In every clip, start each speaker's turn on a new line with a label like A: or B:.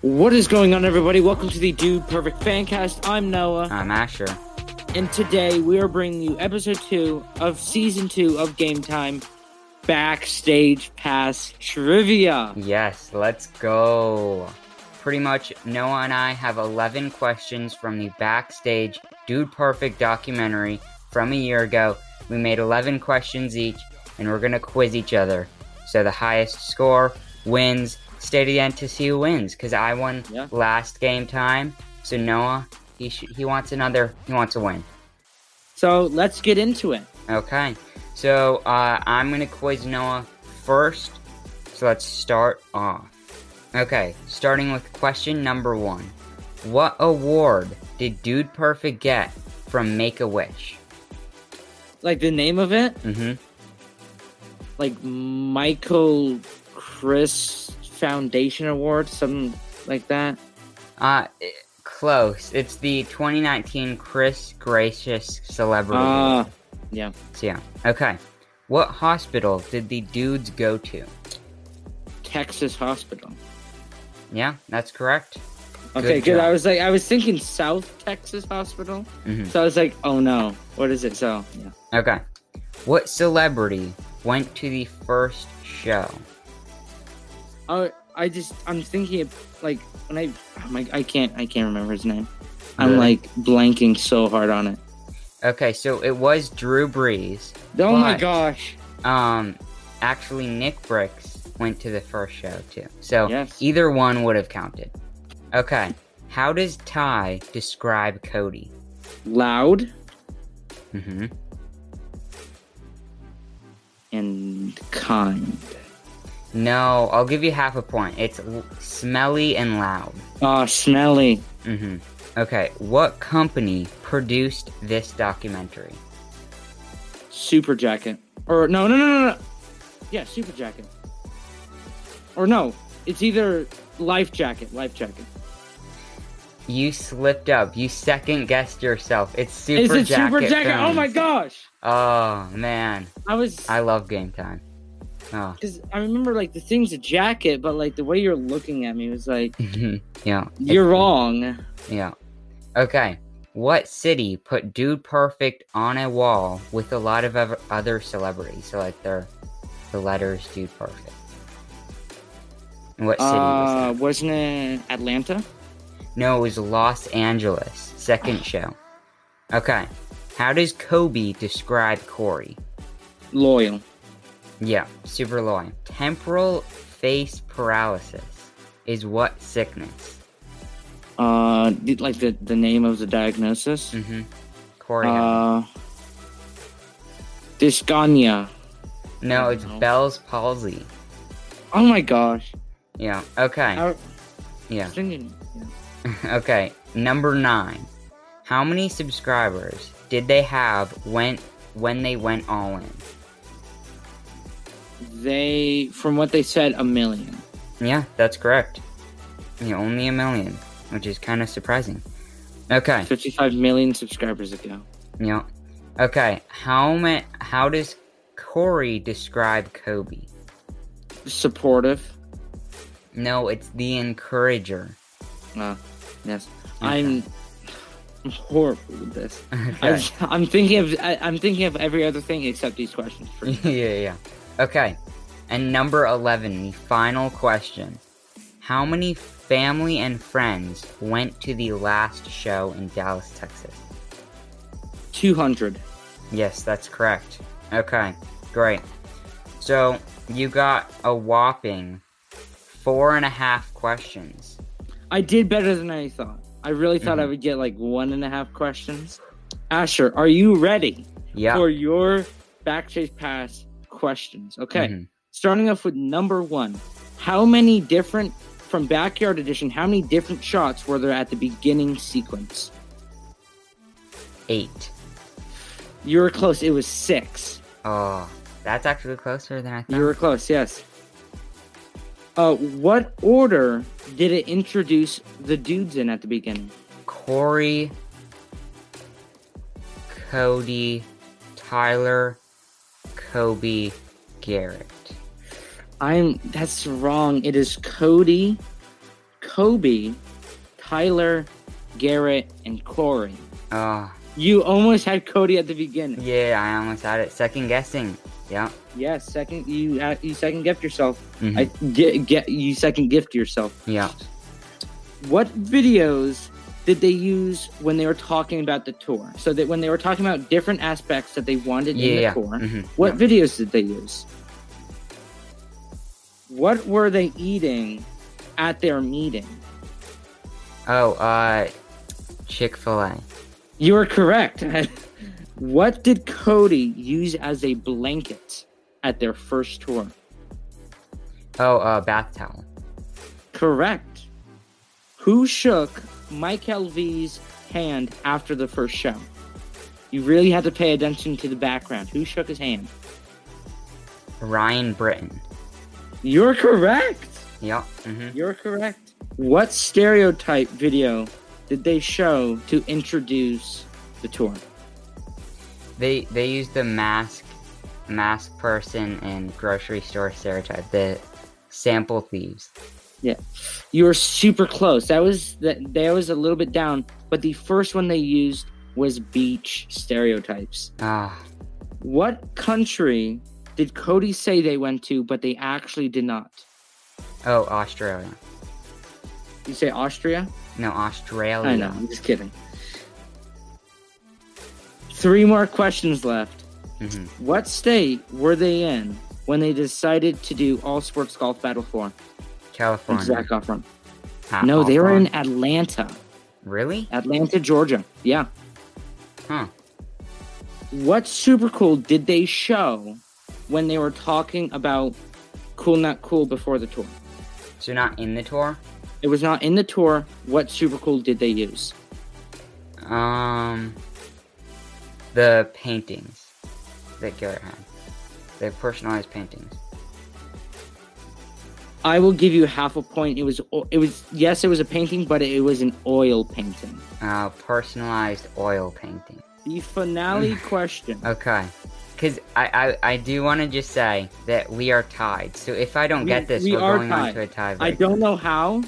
A: What is going on, everybody? Welcome to the Dude Perfect Fancast. I'm Noah,
B: I'm Asher.
A: and today we are bringing you episode two of season two of Game Time Backstage Pass Trivia.
B: Yes, let's go. Pretty much, Noah and I have 11 questions from the backstage Dude Perfect documentary from a year ago. We made 11 questions each, and we're going to quiz each other. So the highest score wins. Stay to the end to see who wins, because I won
A: Yeah.
B: last game time. So Noah, he sh- he wants another. He wants a win.
A: So let's get into it.
B: Okay. So uh, I'm going to quiz Noah first. So let's start off. Okay. Starting with question number one What award did Dude Perfect get from Make a Wish?
A: Like the name of it,
B: Mm
A: like Michael Chris Foundation Award, something like that.
B: hmm. Uh, i- close. It's the 2019 Chris Gracious Celebrity. Award.
A: Uh, yeah.
B: so yeah. Okay. What hospital did the dudes go to?
A: Texas Hospital.
B: Yeah, that's correct.
A: Okay,
B: Good
A: good. I
B: job.
A: was like, I was thinking South Texas Hospital.
B: Mhm.
A: So I was like, oh no, what is it? So, yeah.
B: Okay. What celebrity went to the first show?
A: Oh, I just, I'm thinking of, like, when I, oh my, I can't, I can't remember his name. I'm
B: Yeah.
A: like blanking so hard on it.
B: Okay, so it was Drew Brees.
A: Oh my
B: Why?
A: gosh.
B: Um, actually, Nick Bricks went to the first show too. So
A: Yes.
B: either one would have counted. Okay, how does Ty describe Cody?
A: Loud
B: Mm-hmm.
A: and kind.
B: No, I'll give you half a point. It's l- smelly and loud.
A: Oh, smelly.
B: Mm-hmm. Okay, what company produced this documentary?
A: Super jacket. Or, no, no, no, no, no. Yeah, super jacket. Or no, it's either life jacket, life jacket.
B: You slipped up. You second guessed yourself. It's Super
A: is it
B: Jacket.
A: super jacket? Oh my
B: Films.
A: gosh.
B: Oh man,
A: I was.
B: I love Game Time. Oh.
A: Because I remember, like, the thing's a jacket, but, like, the way you're looking at me was like,
B: yeah.
A: you're wrong.
B: Yeah. Okay. What city put Dude Perfect on a wall with a lot of ev- other celebrities? So like their the letters Dude Perfect. And what city
A: Uh,
B: was
A: wasn't it Atlanta?
B: that? No, it was Los Angeles. Second show. Okay. How does Kobe describe Corey?
A: Loyal.
B: Yeah, super loyal. Temporal face paralysis is what sickness?
A: Uh, did- like, the, the name of the diagnosis?
B: Mm-hmm. Corey. had it.
A: Uh, Dysgania.
B: no, it's
A: no.
B: Bell's palsy.
A: Oh my gosh.
B: Yeah. Okay.
A: I was
B: yeah.
A: thinking. yeah.
B: Okay, number nine. How many subscribers did they have when when they went all in?
A: They, from what they said, a million.
B: Yeah, that's correct. Yeah, only a million, which is kind of surprising. Okay,
A: 55 million subscribers ago.
B: yeah. Okay, how ma- how does Corey describe Kobe?
A: Supportive.
B: No, it's the encourager.
A: Uh, yes. I'm, I'm horrible with this.
B: Okay.
A: I'm, I'm thinking of I, I'm thinking of every other thing except these questions. For
B: yeah, yeah. Okay. And number 11, the final question. How many family and friends went to the last show in Dallas, Texas?
A: two hundred.
B: Yes, that's correct. Okay, great. So you got a whopping four and a half questions.
A: I did better than I thought. I really thought I
B: Mhm.
A: would get like one and a half questions. Asher, are you ready
B: Yeah.
A: for your backstage pass questions? Okay,
B: Mhm.
A: starting off with number one. How many different from Backyard Edition, how many different shots were there at the beginning sequence?
B: Eight.
A: You were close. It was six.
B: Oh, that's actually closer than I thought.
A: You were close. Yes. Uh, what order did it introduce the dudes in at the beginning?
B: Corey, Cody, Tyler, Kobe, Garrett.
A: I'm that's wrong. It is Cody, Kobe, Tyler, Garrett, and Corey.
B: Oh,
A: You almost had Cody at the beginning.
B: yeah, I almost had it. Second guessing. Yep.
A: Yes, second you uh, you second gift yourself.
B: Mhm.
A: I get, get you second gift yourself.
B: Yeah.
A: What videos did they use when they were talking about the tour? So that when they were talking about different aspects that they wanted in
B: Yeah.
A: the
B: yeah.
A: tour,
B: Mhm.
A: what videos did they use? What were they eating at their meeting?
B: Oh, uh, Chick Fil A.
A: You are correct. what did Cody use as a blanket at their first tour?
B: Oh, uh, bath towel.
A: Correct. Who shook Mike LV's hand after the first show? You really have to pay attention to the background. Who shook his hand?
B: Ryan Britton.
A: You're correct.
B: Yep. hmm
A: You're correct. What stereotype video did they show to introduce the tour?
B: They they used the mask mask person and grocery store stereotype. The sample thieves.
A: You were super close. That was that. That was a little bit down, but the first one they used was beach stereotypes.
B: Ah,
A: What country did Cody say they went to, but they actually did not?
B: oh, Australia.
A: You say Austria?
B: No, Australia.
A: I know. I'm just kidding. Three more questions left.
B: Mhm.
A: What state were they in when they decided to do all sports golf battle four?
B: California.
A: Where's Zach Goff from?
B: Ah,
A: No, they were
B: Hawthorne.
A: in Atlanta,
B: Really?
A: Atlanta, Georgia. Yeah.
B: Huh.
A: What super cool did they show when they were talking about cool not cool before the tour?
B: So not in the tour?
A: It was not in the tour. What super cool did they use?
B: Um, the paintings that Garrett had. The personalized paintings.
A: I will give you half a point. It was o- it was yes, it was a painting, but it was an oil painting.
B: Uh, personalized oil painting.
A: The finale question.
B: Okay. Because I, I, I do want to just say that we are tied. So if I don't
A: We-
B: get this,
A: we
B: we are
A: are
B: going on
A: tied.
B: to a tie.
A: I don't know how,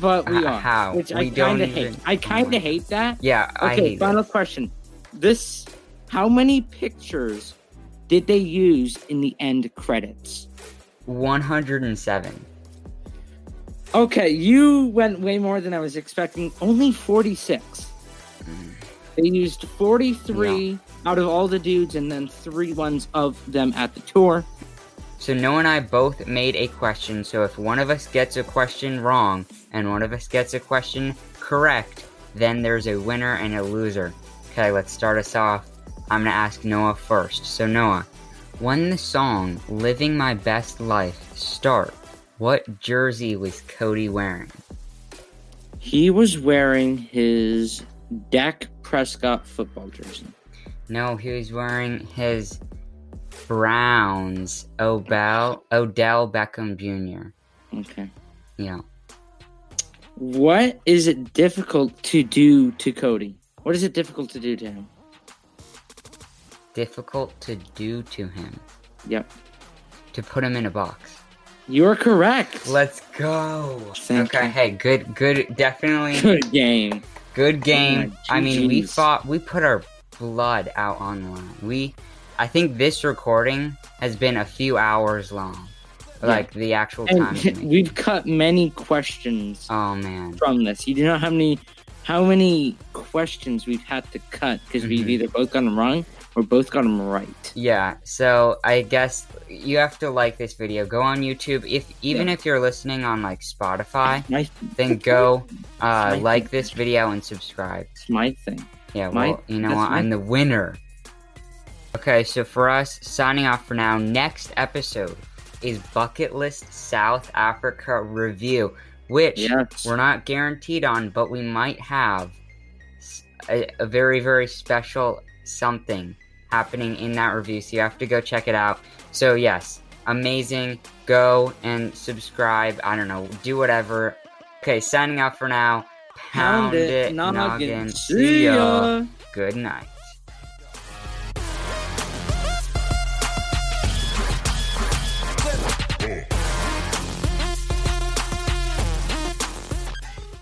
A: but we
B: H-
A: are.
B: how?
A: Which I
B: We don't
A: kind of
B: even-
A: hate. I kind
B: Oh.
A: of hate that.
B: Yeah, I
A: Okay,
B: hate
A: final
B: it.
A: question. This how many pictures did they use in the end credits?
B: 107.
A: Okay, you went way more than I was expecting. Only 46. Mm-hmm. They used 43 out of all the dudes and then three ones of them at the tour.
B: So Noah and I both made a question. So if one of us gets a question wrong and one of us gets a question correct, then there's a winner and a loser. Okay, let's start us off. I'm gonna ask Noah first. So Noah, when the song "Living My Best Life" start, what jersey was Cody wearing?
A: He was wearing his Dak Prescott football jersey.
B: No, he was wearing his Browns Obel Odell Beckham Jr.
A: Okay.
B: Yeah.
A: What is it difficult to do to Cody? What is it difficult to do to him?
B: Difficult to do to him.
A: Yep.
B: to put him in a box.
A: You're correct.
B: Let's go.
A: Thank
B: okay,
A: you.
B: hey, good, good, definitely
A: Good game.
B: good game.
A: Oh my
B: I mean, we
A: GGs.
B: fought, we put our blood out on the line. We, I think this recording has been a few hours long, like the actual time.
A: And
B: of me.
A: we've cut many questions
B: oh man,
A: from this. You do not know how many how many questions we've had to cut because we've
B: Mhm.
A: either both got them wrong or both got them right.
B: yeah. So I guess you have to like this video. Go on YouTube. If even if you're listening on like Spotify,
A: My
B: then go uh,
A: Nice.
B: like this video and subscribe.
A: that's my thing.
B: Yeah,
A: My-
B: well, you know
A: that's
B: what?
A: my-
B: I'm the winner. Okay, so for us, signing off for now, next episode is Bucket List South Africa Review. which
A: Yes.
B: we're not guaranteed on, but we might have s- a, a very, very special something happening in that review. So you have to go check it out. So, yes, amazing. Go and subscribe. I don't know, do whatever. Okay, signing out for now. Pound, it, noggin. See ya. Good night.